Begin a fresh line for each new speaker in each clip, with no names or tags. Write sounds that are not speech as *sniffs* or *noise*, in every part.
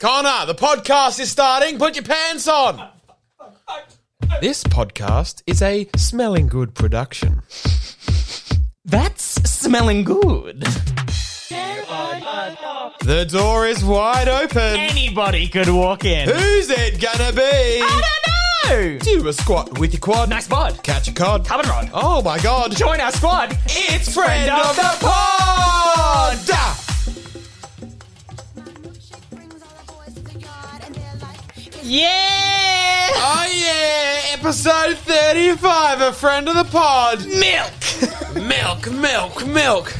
Connor, the podcast is starting. Put your pants on. This podcast is a smelling good production.
That's smelling good.
The door is wide open.
Anybody could walk in.
Who's it gonna be?
I don't know.
Do a squat with your quad.
Nice bod.
Catch a cod.
Carbon rod.
Oh my god.
Join our squad.
It's friend of the pod.
Yeah.
Oh yeah, episode 35 A friend of the pod.
Milk.
Milk, milk, milk.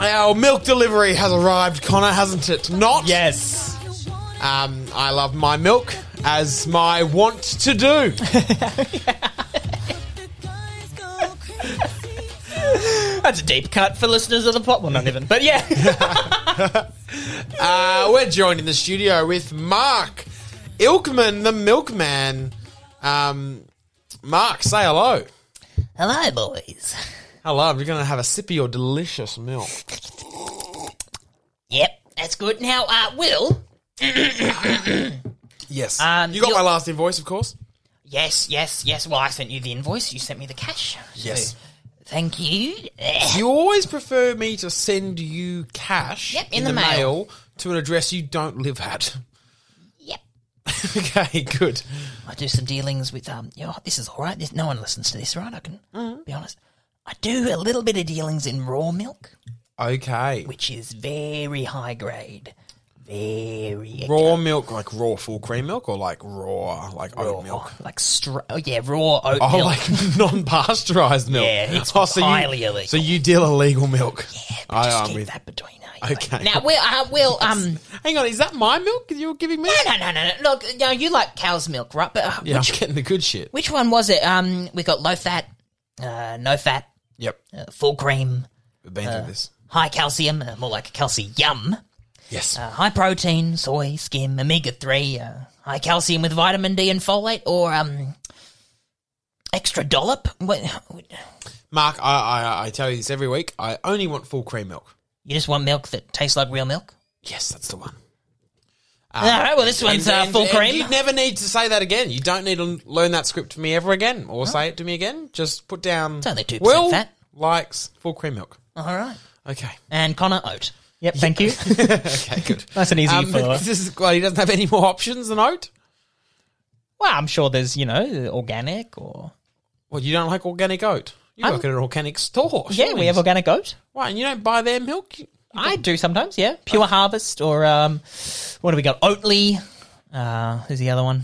Our milk delivery has arrived, Connor, hasn't it? Not?
yes.
Um, I love my milk as my want to do.
*laughs* That's a deep cut for listeners of the pot. Well, not even. But yeah.
Uh, we're joined in the studio with Mark Ilkman, the milkman. Um, Mark, say hello.
*laughs* Hello, boys.
Hello, we're going to have a sip of your delicious milk.
Yep, that's good. Now, uh, Will.
Yes.
Um,
you got
you'll-
my last invoice, of course?
Yes, yes, yes. Well, I sent you the invoice. You sent me the cash.
Yes.
Thank you. *sniffs*
You always prefer me to send you cash
Yep, in the mail.
to an address you don't live at. *laughs*
Yep.
okay, good.
I do some dealings with um. You know, this is all right. This, no one listens to this, right? I can be honest. I do a little bit of dealings in raw milk,
Okay.
which is very high grade, very
Raw milk, like raw full cream milk, or like raw, like oat milk?
like stra- oh yeah, raw oat
Oh,
milk.
like *laughs* non-pasteurized milk.
Yeah, it's
you-
highly illegal.
So you deal illegal milk.
Yeah, but
I
just
am
keep
with-
that between us.
Okay.
Now, Will, uh, Will, um,
Hang on, is that my milk that you're giving me?
no, no, no, no. Look, you know, you like cow's milk, right? But uh,
Yeah, I'm
which
getting the good shit.
which one was it? Um, we got low fat, uh, no fat,
Yep,
uh, full cream,
we've been through this.
high calcium, uh, more like calcium.
Yes.
uh, high protein, soy, skim, omega three, uh, high calcium with vitamin D and folate, or um, extra dollop. What, what-
Mark, I, I I tell you this every week. I only want full cream milk.
you just want milk that tastes like real milk.
Yes, that's the one.
All right, well this one's
Ah. And-
uh,
and-
full
and
cream.
You never need to say that again. You don't need to learn that script to me ever again, or say it to me again. Just put down. It's
only 2%
Will
fat.
likes full cream milk.
All right,
Okay. *laughs*
and Connor oat. Yep, thank you.
Okay. Good.
Nice and easy
Um,
for.
*laughs* this is, well, he doesn't have any more options than oat.
Well, I'm sure there's you know organic or
Well, you don't like organic oat. You work at an organic store.
yeah, we have organic oat.
Why? And you don't buy their milk?
I do sometimes, yeah. Pure
Uh-huh.
Harvest or um, what do we got? Oatly. Uh, who's the other one?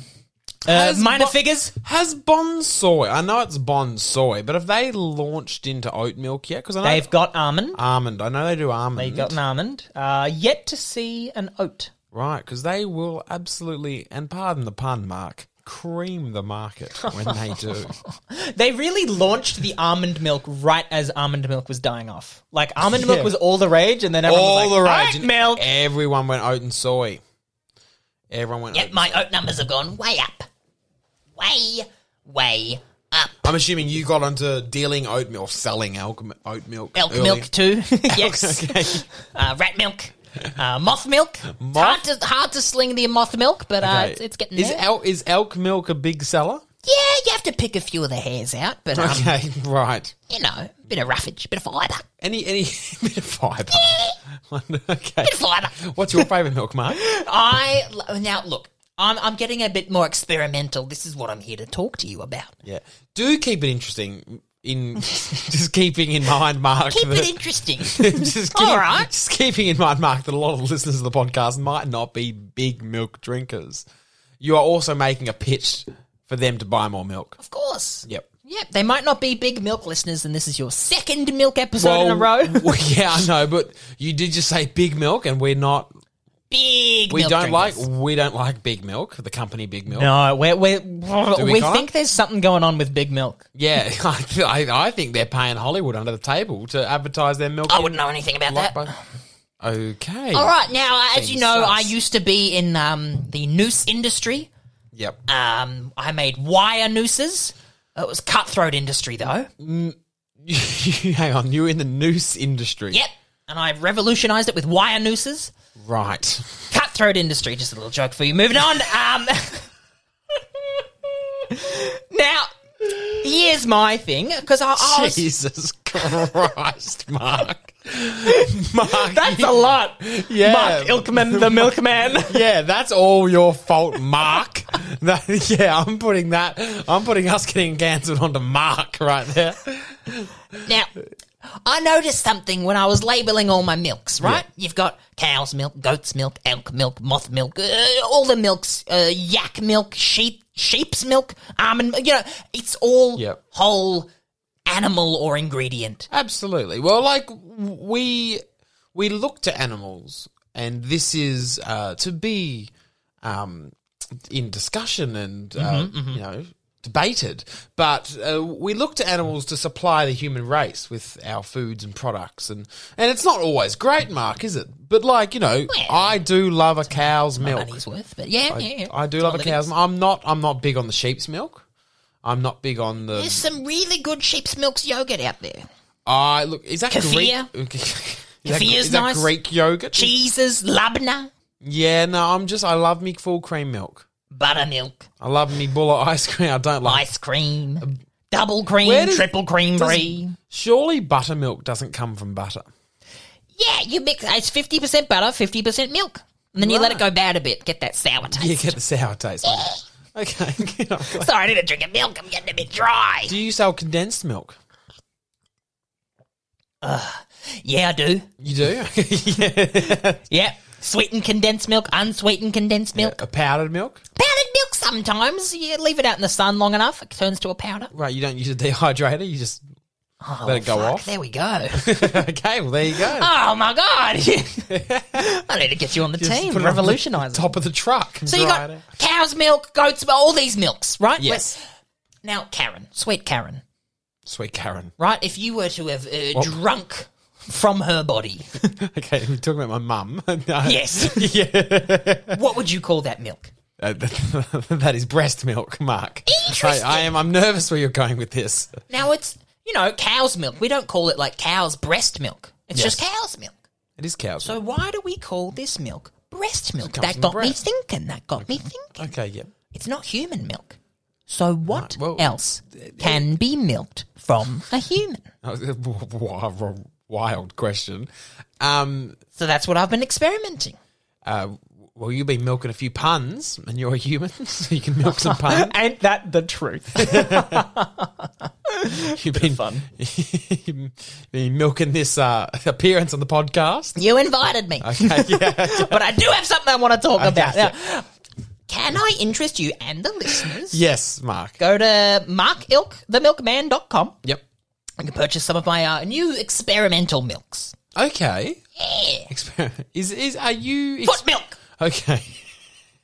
Uh,
Has
minor
bo-
figures.
Has Bonsoy? I know it's Bonsoy, but have they launched into oat milk yet? Because I know
They've got almond.
almond. I know they do Uh, almond.
They've got an almond. Uh, yet to see an oat.
Right, because they will absolutely, and pardon the pun, Mark, cream the
*laughs*
market when they do.
They really launched the almond milk right as almond milk was dying off. Like almond
Yeah.
milk was all the rage, and then everyone
All
was like,
the rage.
"Oat
and
milk.
Everyone went oat and soy. Everyone went oat.
Yep, my oat numbers have gone way up, way, way up.
I'm assuming you got onto dealing oat milk, selling elk, oat milk.
Elk
early.
milk
*laughs*
too. *laughs* yes. Uh, rat milk. Uh, moth milk. It's
Moth-
Hard to hard to sling the moth milk, but uh,
Okay.
it's, it's getting
is
there.
elk, is elk milk a big seller?
Yeah, you have to pick a few of the hairs out, but um,
Okay, *laughs* right.
you know, bit of roughage, bit of fibre,
Any any *laughs* bit of fibre. *laughs* okay.
bit of fibre.
What's your favourite milk,
*laughs*
Mark?
I lo- now look, I'm I'm getting a bit more experimental. This is what I'm here to talk to you
*laughs*
about.
Yeah. Do keep it interesting. In *laughs* just keeping in mind, Mark.
Keep
that-
it interesting.
*laughs* just, keep,
All right.
just keeping in mind, Mark, that a lot of listeners of the podcast might not be big milk drinkers. You are also making a pitch for them to buy more milk. *laughs*
of course.
Yep.
Yep, they might not be big milk listeners, and this is your second milk episode in a row.
well, *laughs* yeah, I know, but you did just say big milk, and we're not.
*laughs* big.
We
milk
don't
drinkers.
like. We don't like big milk. The company Big Milk.
No, we're, we're,
we
we
can't?
think there's something going on with big milk.
Yeah, *laughs* I, I, I think they're paying Hollywood under the table to advertise their milk.
I wouldn't know anything about that.
But- okay.
All right, now uh, as you know,
sus.
I used to be in um, the noose industry.
Yep. *laughs*
Um, I made wire nooses. It was cutthroat industry though.
Hang on. You're in the noose industry.
Yep, and I revolutionised it with wire nooses.
Right.
Cut cutthroat industry. Just a little joke for you. Moving on. Um, *laughs* now, here's my thing because I, I was-
Jesus *laughs* Christ, Mark. Mark.
That's a
*laughs*
lot.
Yeah.
Mark Ilkman,
*laughs*
the milkman.
yeah, that's all your fault, Mark. *laughs* That- yeah, I'm putting that. I'm putting us getting cancelled onto Mark right there.
Now, I noticed something when I was labeling all my milks, right? You've got cow's milk, goat's milk, elk milk, moth milk, uh, all the milks, uh, yak milk, sheep, sheep's milk, almond, milk, you know, it's all
Yep.
whole animal or ingredient.
Absolutely. Well, like we we look to animals, and this is uh, to be um, in discussion and uh, you know debated. But uh, we look to animals to supply the human race with our foods and products, and and it's not always great, Mark, is it? But like you know,
Well,
I do love a cow's milk.
Money's worth, but yeah, yeah, yeah.
I do
It's
love a
one of
cow's.
these.
milk. I'm not. I'm not big on the sheep's milk. I'm not big on the.
There's some really good sheep's milk's yogurt out there.
I look. Is that
Kefir?
Greek? *laughs* is that,
Kefir's
is that
nice.
Greek yogurt?
Cheeses, labna,
Yeah, no. I'm just. I love me full cream milk.
buttermilk,
I love me bull of *laughs* ice cream. I don't like.
ice cream, double cream,
Um, where does-
triple cream,
does-
brie.
Surely buttermilk doesn't come from butter. *laughs*
Yeah, you mix. uh, It's fifty percent butter, fifty percent milk, and then you let it go bad a bit, get that sour taste.
You get the sour taste. mate. *laughs* okay.
*laughs* Sorry, I need a drink of milk. I'm getting a bit dry.
*laughs* Do you sell condensed milk?
Yeah, I do.
You
*laughs*
do. *laughs* yeah.
Yeah, sweetened condensed milk, unsweetened condensed milk,
A powdered milk.
powdered milk. Sometimes you leave it out in the sun long enough, it turns to a powder.
Right. You don't use a *laughs* dehydrator. You just
Oh,
Let it go
fuck,
off. *laughs*
There we go.
okay. Well, there you go.
*laughs* oh
*laughs*
my god! I need to get you on the
Just
team.
put it on the
revolutionise it.
top of the truck.
So you got cow's milk, goat's milk, all these milks, right?
Yes.
Now, Karen, sweet Karen,
sweet Karen. *laughs*
right? If you were to have uh, drunk from her body,
Okay, we're talking about my mum. *laughs*
yes,
yeah.
what would you call that milk?
Uh, that *laughs* is breast milk, Mark. I, I am. I'm nervous where you're going with this.
Now it's you know cow's milk. We don't call it like cow's breast milk. It's
Yes.
just cow's milk.
It is cow's.
So why do we call this milk breast milk?
comes
That
from
got me
breast.
thinking. That got me thinking.
okay, yeah.
It's not human milk. So what
well-
else can be milked from a human?
Uh, w- *laughs* Wild question. Um,
So that's what I've been experimenting.
uh, well, you've been milking a few puns, and you're a human, *laughs* so you can milk some
*laughs*
puns.
Ain't that the truth?
You've been
fun.
*laughs* you've been milking this uh, appearance on the podcast.
You invited me, *laughs*
Okay, yeah.
but I do have something I want to talk *laughs* about.
yeah.
Now, can I interest you and the listeners?
Yes, Mark.
Go to markilkthemilkman.com.
Yep.
You can purchase some of my uh, new experimental milks.
Okay.
Yeah.
Experiment. *laughs* Is is are you? ex-
Foot milk.
Okay.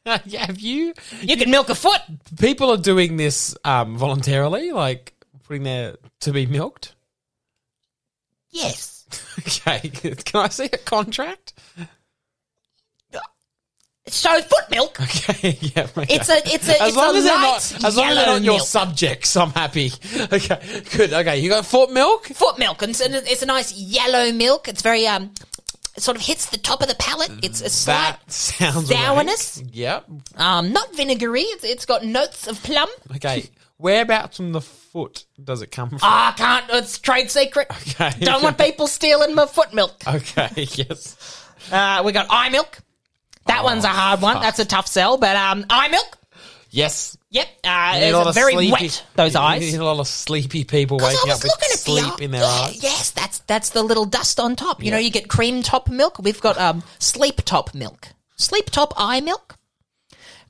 *laughs* Yeah, Have you?
You can milk a foot.
People are doing this um, voluntarily, like putting their to be milked. *laughs*
Yes.
Okay, *laughs* can I see a contract? *laughs*
So foot milk.
Okay, yeah. okay.
It's a it's
*laughs*
a
as
it's
long
a
as they're
light
not as long as they're
yellow
not your
milk.
subjects, I'm happy. *laughs* Okay, good. Okay, you got fort milk.
foot milk, and it's, and it's a nice yellow milk. It's very um, it sort of hits the top of the palate. It's a slight,
That sounds
Sourness?
rank. Yep.
um, not vinegary. It's, it's got notes of plum.
Okay. Whereabouts from the foot does it come from?
Ah, I can't. It's trade secret.
*laughs* Okay.
Don't want people stealing my foot milk.
Okay. *laughs* Yes.
Uh, we got eye milk.
Oh,
That one's a hard one. That's a tough sell, but um, eye milk.
Yes.
Yep, uh,
Need a lot
it's
of
very
sleepy-
wet.
*laughs*
Those
you
eyes.
Need a lot of sleepy people
Because
waking
I
up
was
with
looking at the
sleep
eye-
in their
yeah,
eyes.
Yes, that's that's the little dust on top. You know,
Yeah.
you get cream top milk. We've got um sleep top milk, sleep top eye milk.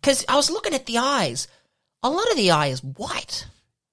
Because I was looking at the eyes, a lot of the eye is white.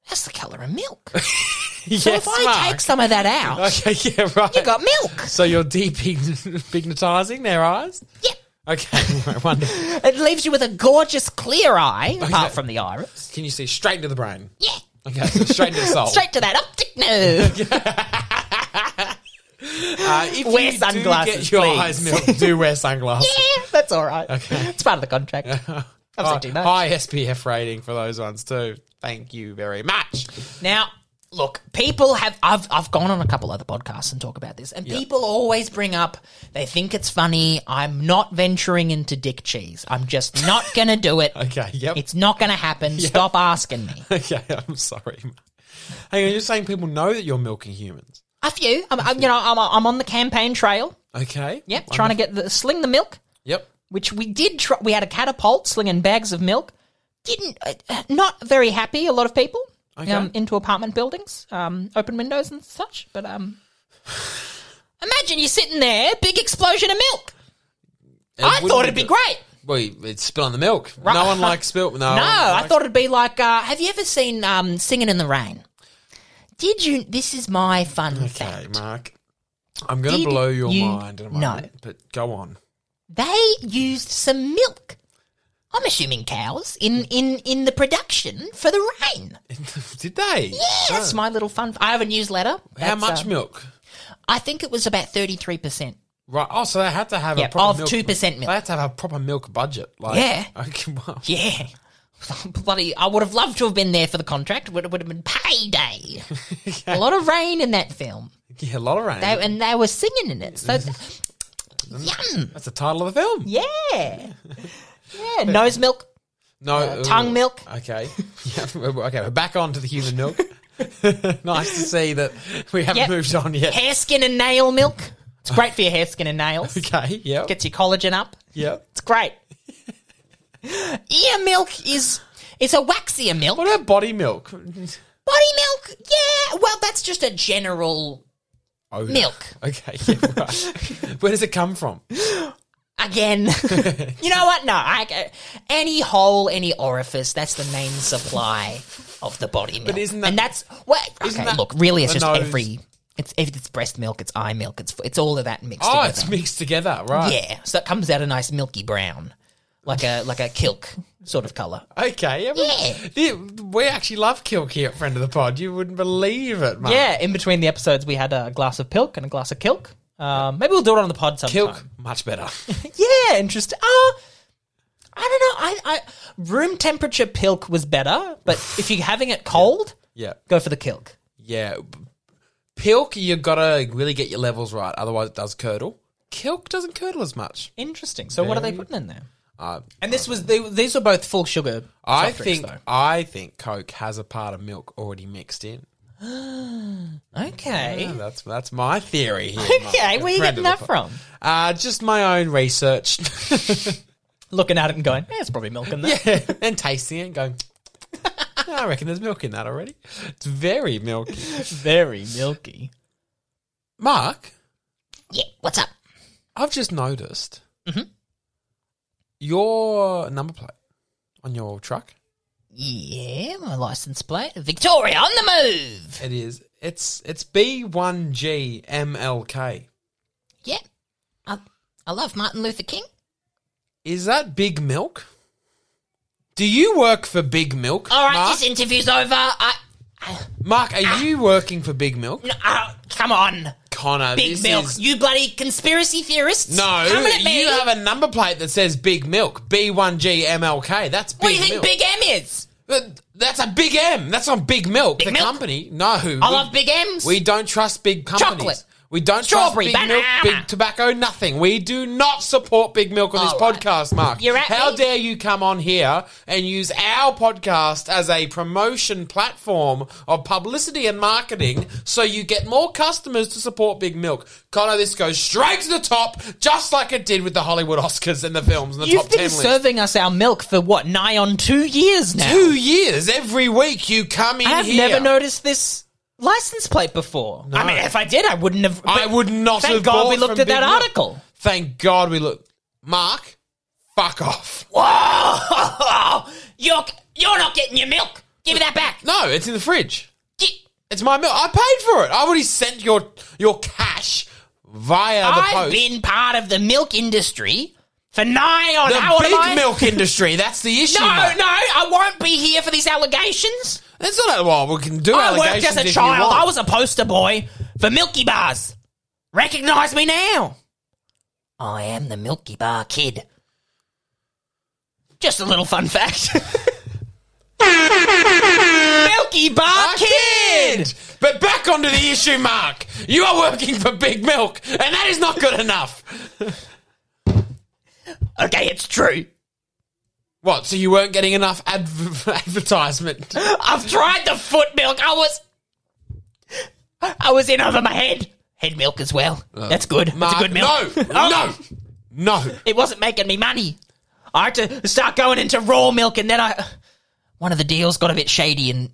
That's the color of milk.
*laughs*
So if I take some of that out,
Okay, yeah, right.
you got milk.
so you're *laughs* depigmatizing their eyes?
Yep.
Okay, *laughs* right, wonderful.
It leaves you with a gorgeous clear eye, apart
Okay.
from the iris.
Can you see straight into the brain?
Yeah,
Okay, so straight into the soul.
*laughs* straight to that optic nerve.
uh, if
Wear
you do
sunglasses,
get your
please.
eyes milked, do wear sunglasses.
*laughs*
Uh,
yeah, that's all right. It's part of the contract. I've said too
Hi-
much.
High SPF rating for those ones too. Thank you very much.
Now, look, people have I've I've gone on a couple other podcasts and talk about this, and people always bring up they think it's funny. I'm not venturing into dick cheese. I'm just not gonna do it.
Okay, yep.
It's not gonna happen. Stop asking me.
*laughs* okay, I'm sorry. Hang on, you're saying people know that you're milking humans.
A few. I'm, I'm you know I'm I'm on the campaign trail.
Okay.
Yep, trying to get the sling the milk,
Yep.
which we did. Try, we had a catapult slinging bags of milk. Didn't uh, uh, not very happy. A lot of people
Okay.
um, into apartment buildings, um, open windows and such. But um, imagine you're sitting there, big explosion of milk. I thought it'd be great.
Well, you- it's spill on the milk. No one likes spill. No.
*laughs* No, I thought it'd be like. Uh, have you ever seen um, Singing in the Rain? Did you? This is my fun
Okay,
fact.
Mark. I'm going to
Did
blow your
you
mind in a
know?
moment, but go on. *laughs*
they used some milk. I'm assuming cows in in in the production for the rain.
Did they?
Yeah, that's my little fun. I have a newsletter.
How
That's,
much
uh,
milk?
I think it was about thirty three percent.
Right. Oh, so they had to have
Yeah,
a proper
of
milk-
2% milk.
They had to have a proper milk budget. Like,
Yeah.
*laughs* Okay, well,
Yeah. *laughs* Bloody! I would have loved to have been there for the contract. Would would have been
*laughs*
payday. A lot of rain in that film,
yeah, a lot of rain.
they, and they were singing in it.
*laughs*
So yum.
That's the title of the film.
Yeah. Yeah. Nose milk.
No, ooh.
Uh, tongue milk.
Okay, *laughs* yeah, okay. We're back on to the human milk. *laughs* nice to see that we haven't
Yep.
moved on yet.
hair, skin, and nail milk. It's great for your hair, skin, and nails.
Okay, yeah,
Gets your collagen up.
yeah. *laughs*
It's great. Ear milk is it's a waxier milk.
What about body milk?
Body milk, yeah. Well, that's just a general
Oh, yeah.
milk.
Okay, *laughs* yeah, right. Where does it come from? *laughs*
Again, you know what? No, I, any hole, any orifice. That's the main supply of the body milk. But
isn't that-
and that's well,
isn't
okay,
that
look, really, it's
the
just
nose?
every. It's if it's breast milk, it's eye milk, it's it's all of that mixed
Oh,
together.
it's mixed together, right?
Yeah, so it comes out a nice milky brown, like a like a kilk sort of color.
Okay, yeah.
Yeah.
We, the- we actually love Kilk here at Friend of the Pod. You wouldn't believe it, man.
Yeah, in between the episodes, we had a glass of pilk and a glass of kilk. Um, maybe we'll do it on the pod sometime.
Kilk, much better. *laughs*
Yeah, interesting. Ah,
I don't know. I, I
room temperature pilk was better, but if you're having it cold,
yeah,
go for the kilk.
yeah. Pilk, you gotta really get your levels right, otherwise it does curdle. Kilk doesn't curdle as much.
Interesting. So, what are they putting in there?
Uh,
And this was they, these were both full sugar.
I
soft drinks,
think I think Coke has a part of milk already mixed in.
though. okay.
Yeah, that's that's my theory here. Mark,
*laughs* Okay,
a
where you
friend
getting
of the
that
pod.
from?
Uh, just my own research *laughs*
Looking at it and going, yeah, it's probably milk in there.
*laughs* and tasting it, and going. I reckon there's milk in that already. It's very milky.
Very milky.
Mark,
yeah. What's up?
I've just noticed
Mm-hmm.
your number plate on your truck.
Yeah, my license plate, Victoria on the move.
It is. It's it's B one G M L K.
Yeah, I I love Martin Luther King.
Is that Big Milk? Do you work for Big Milk?
All right,
Mark?
this interview's over. I,
Mark, are you working for Big Milk?
no, uh, come on,
Connor,
big
this
milk.
is-
You bloody conspiracy theorists.
no,
coming at me.
you have a number plate that says Big Milk, B1GMLK. That's Big
what do you think
Milk.
Big M is?
But That's a Big M. That's not Big Milk, the
Milk?
company. No.
I love Big M's.
We don't trust big companies.
Chocolate.
We don't
Strawberry,
trust big milk,
banana.
big tobacco, nothing. We do not support big milk on this
All right.
podcast, Mark.
You're at
How
me.
dare you come on here and use our podcast as a promotion platform of publicity and marketing so you get more customers to support big milk. Connor, this goes straight to the top, just like it did with the Hollywood Oscars and the films and the
You've
top ten
been
list.
serving us our milk for what nigh on two years now.
Two years every week you come in
I've
here.
never noticed this license plate before. I mean, if I did, I wouldn't have.
I
but
would not
Thank
have
God
bought
we looked
from
at
Big
that
Milk.
article.
Thank God we look. Mark, fuck off.
Whoa! *laughs* You're you're not getting your milk. Give me that back.
No, it's in the fridge.
Gi-
It's my milk. I paid for it. I already sent your your cash via the
I've
post.
been part of the milk industry for nigh on
the
how
big
am I?
milk industry. That's the issue.
*laughs* No, no,
mate.
I won't be here for these allegations.
That's not. Well, we can do
I worked
allegations
as a
if you
child.
want.
I was a poster boy for Milky Bars. Recognize me now. I am the *laughs* Milky Bar Kid. Just a little fun fact.
Milky Bar Kid!
But back onto the issue, Mark. You are working for Big Milk, and that is not good enough.
Okay, it's true.
What? So you weren't getting enough adv- *laughs* advertisement?
I've tried the foot milk. I was, I was in over my head. Head milk as well. That's good. That's a
Mark,
good milk.
Uh,
*laughs* Oh,
No, no, no.
It wasn't making me money. I had to start going into raw milk, and then I, one of the deals got a bit shady, and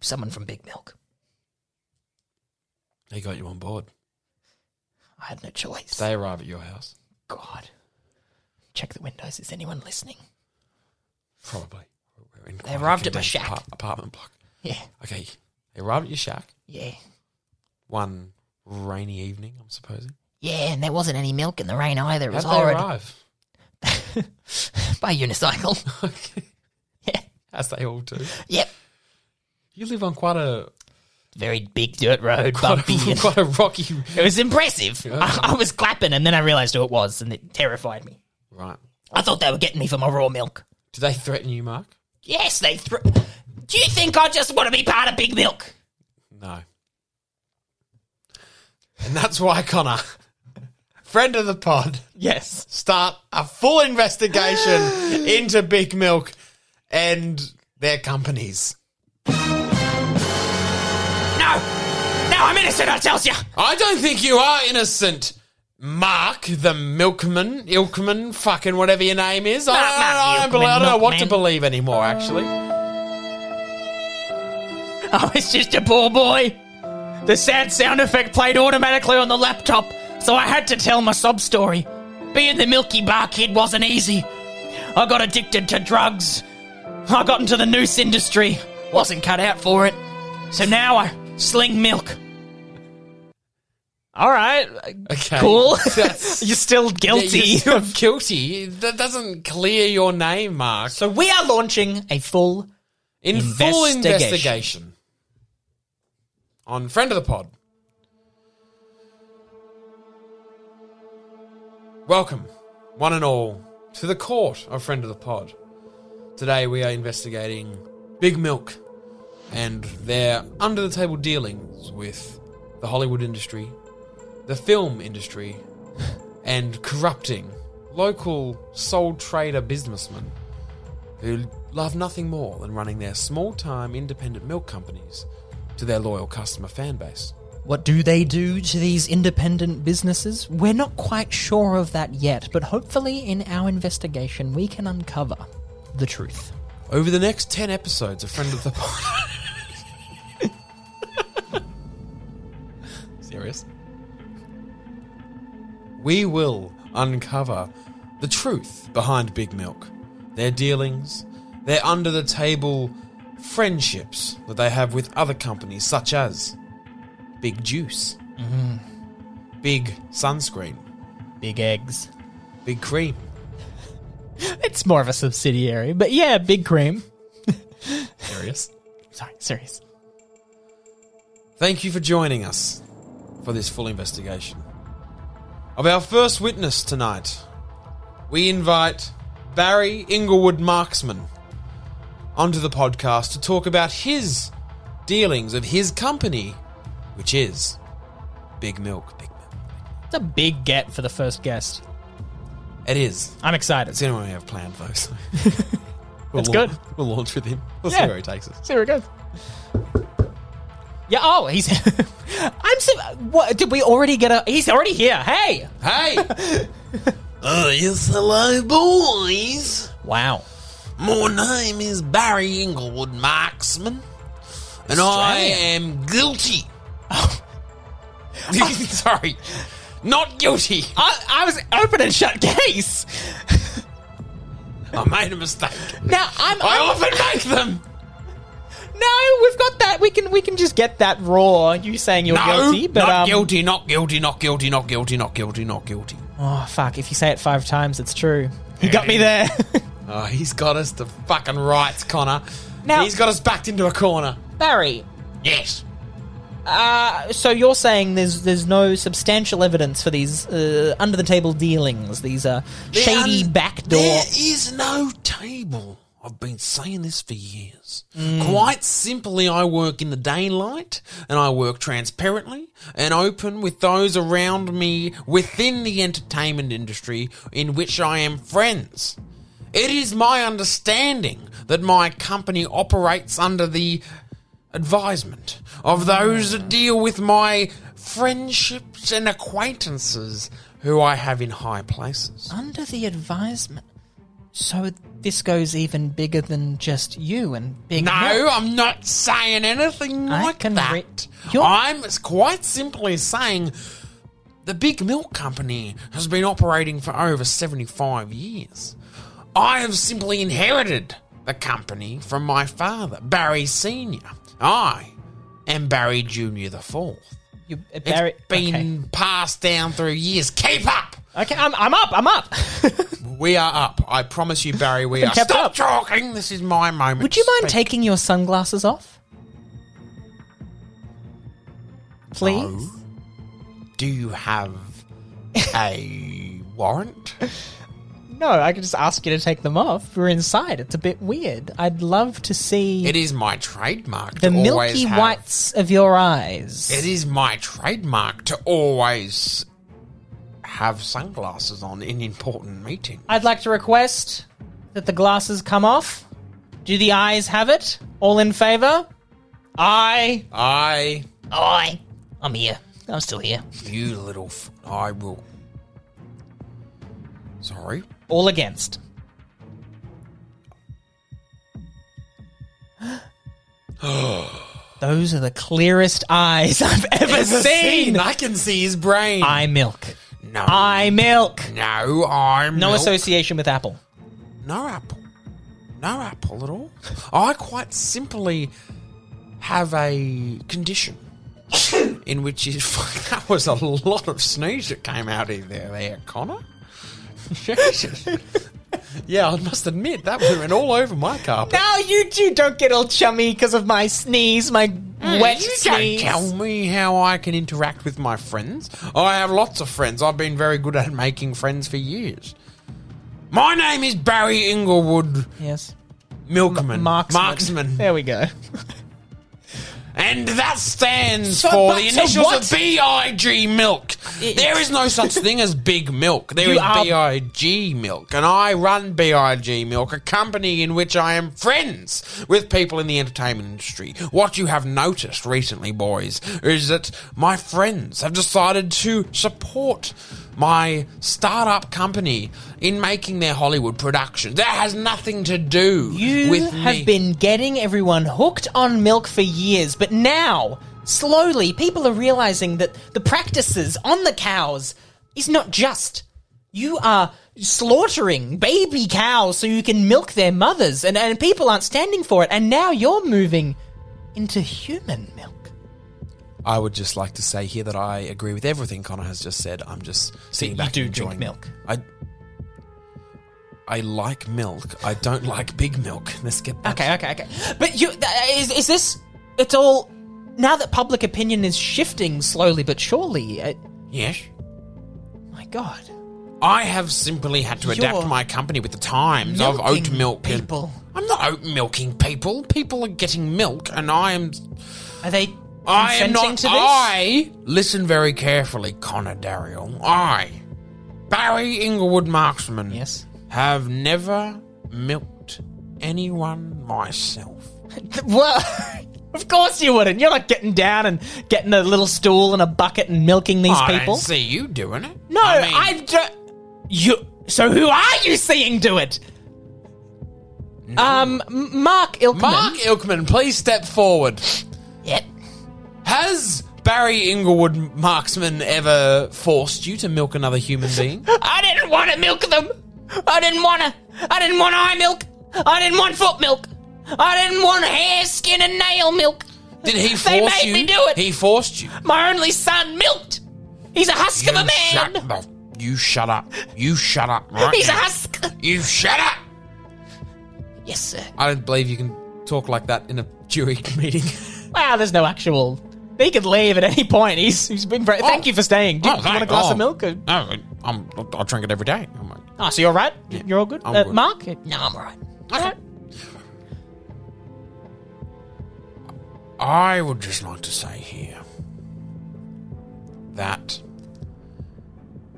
someone from Big Milk.
They got you on board.
I had no choice.
They arrive at your house,
God, check the windows. Is anyone listening?
probably. We're in
They
quite a
arrived at my
condensed
shack.
apart- apartment block.
Yeah,
Okay, they arrived at your shack
yeah,
one rainy evening, I'm supposing.
yeah. And there wasn't any milk in the rain either. It
How'd
was
they
horrid.
arrive?
*laughs* By unicycle. *laughs*
Okay.
yeah,
As they all do.
yep.
You live on quite a
Very big dirt road,
quite *laughs*
bumpy.
a,
and-
quite a rocky
It was impressive. I, I was clapping, and then I realised who it was, and it terrified me.
right.
I thought they were getting me for my raw milk.
Do they threaten you, Mark?
Yes, they threw. Do you think I just want to be part of Big Milk?
No. And that's why Connor, friend of the pod,
Yes.
start a full
*gasps*
investigation into Big Milk and their companies.
No, no, I'm innocent. I tells you.
I don't think you are innocent, Mark the Milkman, Ilkman, fucking whatever your name is. I,
Mark,
don't- I
Mark
don't,
Milkman,
believe- I don't know what to
Milkman.
believe anymore, actually.
I was Oh, just a poor boy. The sad sound effect played automatically on the laptop, so I had to tell my sob story. Being the Milky Bar kid wasn't easy. I got addicted to drugs. I got into the noose industry. Wasn't cut out for it. So now I sling milk.
All right.
Okay. *laughs*
Cool.
*laughs*
That's-
You're still
Yeah,
guilty.
you're still guilty. That doesn't clear your name, Mark.
so we are launching a full.
In full
Investigation.
investigation on Friend of the Pod. Welcome, one and all, to the court of Friend of the Pod. Today we are investigating Big Milk and their under the table dealings with the Hollywood industry, the film industry, *laughs* and corrupting local sole trader businessmen who love nothing more than running their small time independent milk companies to their loyal customer fan base.
What do they do to these independent businesses? We're not quite sure of that yet, but hopefully in our investigation we can uncover the truth.
Over the next 10 episodes, a friend of the pod. *laughs* Serious? We will uncover the truth behind Big Milk, their dealings, their under the table friendships that they have with other companies such as Big Juice, Mm-hmm. Big Sunscreen,
Big eggs.
Big Cream,
It's more of a subsidiary, but yeah, big cream.
Serious?
Sorry, serious.
Thank you for joining us for this full investigation. Of our first witness tonight, we invite Barry Inglewood Marksman onto the podcast to talk about his dealings of his company, which is Big Milk. Big Milk.
It's a big get for the first guest.
It is.
I'm excited.
It's the only one we have planned, though.
*laughs*
So. we'll
That's
launch-
good.
We'll launch with him. We'll see
Yeah.
where he takes us.
See where it goes. Yeah. Oh, he's. *laughs* I'm. So, what did we already get? A, he's already here. Hey. *laughs*
Hey! oh, yes, hello, boys!
Wow.
My name is Barry Inglewood Marksman, and I
Australian. Oh.
am guilty. *laughs* Sorry, not guilty.
I, I was open and shut case.
I made a mistake.
Now I'm.
I
I'm-
often make them.
no, we've got that. We can. We can just get that raw. You saying you're
No,
guilty, but
not
um,
guilty, not guilty, not guilty, not guilty, not guilty, not guilty.
Oh fuck! If you say it five times, it's true. You got me there. *laughs*
Oh, he's got us to fucking rights, Connor.
Now-
he's got us backed into a corner.
Barry.
Yes.
Uh, so you're saying there's there's no substantial evidence for these uh, under the table dealings, these uh, shady
There-
backdoor.
There is no table I've been saying this for years. Quite simply, I work in the daylight and I work transparently and open with those around me within the entertainment industry in which I am friends. It is my understanding that my company operates under the advisement of those that deal with my friendships and acquaintances who I have in high places.
Under the advisement. So this goes even bigger than just you and Big
No,
Milk.
I'm not saying anything
I
like
can
that.
re- You're-
I'm s- quite simply saying the Big Milk Company has been operating for over 75 years. I have simply inherited the company from my father, Barry Sr. I am Barry Jr. the fourth.
You, uh,
It's
Barry,
been passed down through years. Keep up!
Okay, okay I'm, I'm up.
*laughs*
I'm up.
We are up. I promise you, Barry,
*laughs*
we are.
kept
Stop
up.
talking! This is my moment.
Would you mind
Speak.
taking your sunglasses off? Please?
No. Do you
*laughs*
have a warrant?
No, I could just ask you to take them off. We're inside. It's a bit weird. I'd love to see
It is my trademark
the
to always
milky
have.
whites of your eyes.
It is my trademark to always have sunglasses on in important meetings.
I'd like to request that the glasses come off. Do the eyes have it? All in favor? I.
I,
Oi, I'm here. I'm still here.
you little, f- I will. Sorry,
All against. *gasps* Those are the clearest eyes *laughs* I've ever, seen.
I can see his brain.
I milk.
no,
I milk.
no, I'm
No
milk.
association with Apple.
No apple. No apple at all. I quite simply have a condition in which is *laughs* that was a lot of sneeze that came out of there, there, Connor. *laughs* Jesus. yeah, I must admit that went all over my carpet.
Now you two don't get all chummy because of my sneeze, my wet
Mm, you
sneeze.
don't tell me how I can interact with my friends. I have lots of friends. I've been very good at making friends for years. My name is Barry Inglewood
Yes.
Milkman.
Marksman.
Marksman.
*laughs* There we go.
And that stands
So-
for
but-
the
so
initials
what?
of BIG milk. There is no such thing as big milk. There
You
is
are-
BIG milk. And I run BIG milk, a company in which I am friends with people in the entertainment industry. What you have noticed recently, boys, is that my friends have decided to support my startup company in making their Hollywood productions. That has nothing to do
You
with
have
me.
been getting everyone hooked on milk for years, but now, slowly, people are realizing that the practices on the cows is not just. You are slaughtering baby cows so you can milk their mothers, and, and people aren't standing for it, and now you're moving into human milk.
I would just like to say here that I agree with everything Connor has just said. I'm just sitting
you
back
do
and
drink
enjoying
milk.
I I like milk. I don't like big milk. Let's get that.
Okay, okay, okay. But you th- is is this? It's all now that public opinion is shifting slowly but surely. It,
Yes.
my God,
I have simply had to adapt
You're
my company with the times of oat
milking
milk. and-
people.
I'm not oat milking people. People are getting milk, and I am.
are they?
I am
consenting
not.
To this?
I listen very carefully, Connor Darriel. I, Barry Inglewood Marksman.
Yes.
have never milked anyone myself.
*laughs* Well, of course you wouldn't. You're not getting down and getting a little stool and a bucket and milking these
I
people.
don't see you doing it.
no,
I mean,
I don't. You. So who are you seeing do it? Um, M- Mark Ilkman.
Mark Ilkman, please step forward.
Yep.
Has Barry Inglewood Marksman ever forced you to milk another
*laughs*
human being?
I didn't want to milk them. I didn't want to. I didn't want eye milk. I didn't want foot milk. I didn't want hair, skin, and nail milk.
Did he force
They made
you?
me do it.
He forced you.
My only son milked. He's a husk of a
shut
man.
the- you shut up. You shut up. Right
*laughs* He's a
now.
husk.
You shut up.
Yes, sir.
I don't believe you can talk like that in a jury *laughs* meeting.
Wow, there's no actual. He could leave at any point. He's, he's been very.
Oh.
Thank you for staying. Do, you- do you want a glass of milk? Uh, Or,
No, I'm, I drink it every day. I'm like,
Ah, so you're all right? You're all good?
I'm
Uh,
good.
Mark?
No, I'm alright.
Okay. I would just like to say here that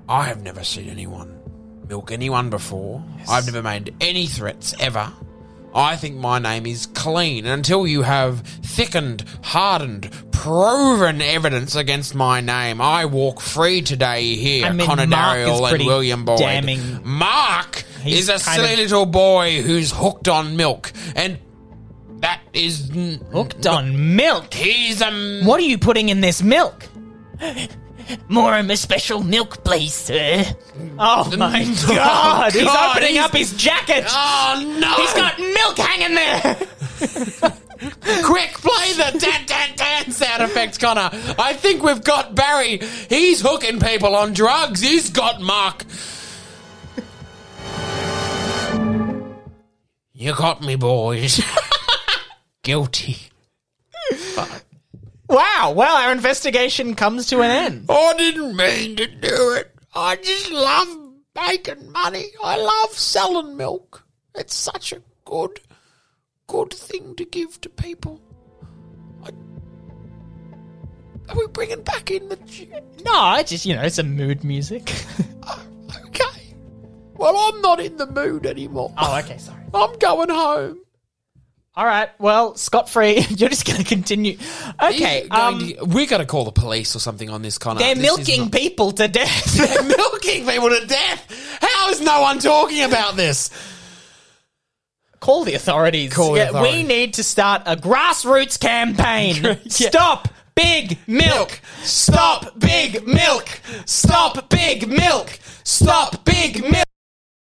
I have never seen anyone milk anyone before. I've never made any threats ever. I think my name is clean. And until you have thickened, hardened, proven evidence against my name, I walk free today here,
I
at
mean,
Connor
Mark is
Darryl and
pretty
William Boyd.
damning.
Mark is
He's
a
kind
silly
of-
little boy who's hooked on milk, and that is n-
Hooked on milk.
He's a
What are you putting in this milk?
More of a special milk, please, sir.
Oh *laughs* my
Oh,
god! He's
God,
opening
he's-
up his jacket.
Oh no!
He's got milk hanging
*laughs*
there.
Quick, play
*laughs*
the dan dan dan sound effect, Connor. I think we've got Barry. He's hooking people on drugs. He's got Mark. You got me, boys. *laughs* Guilty.
Wow. Well, our investigation comes to an end.
I didn't mean to do it. I just love making money. I love selling milk. It's such a good, good thing to give to people. I... Are we bringing back in the tune?
No, it's just you know, it's a mood music.
Okay. Well, I'm not in the mood anymore.
oh, okay. Sorry.
I'm going home.
All right. Well, scot free. *laughs* You're just going to continue. Okay. Um,
we got to call the police or something on this, Connor.
they're
This is
milking
not-
people to death. *laughs*
They're *laughs* milking people to death. How is no one talking about this?
Call the authorities.
Call the
Yeah, We
authorities.
need to start a
*laughs*
grassroots campaign. Stop big milk.
Stop big milk. Stop big milk. Stop big milk.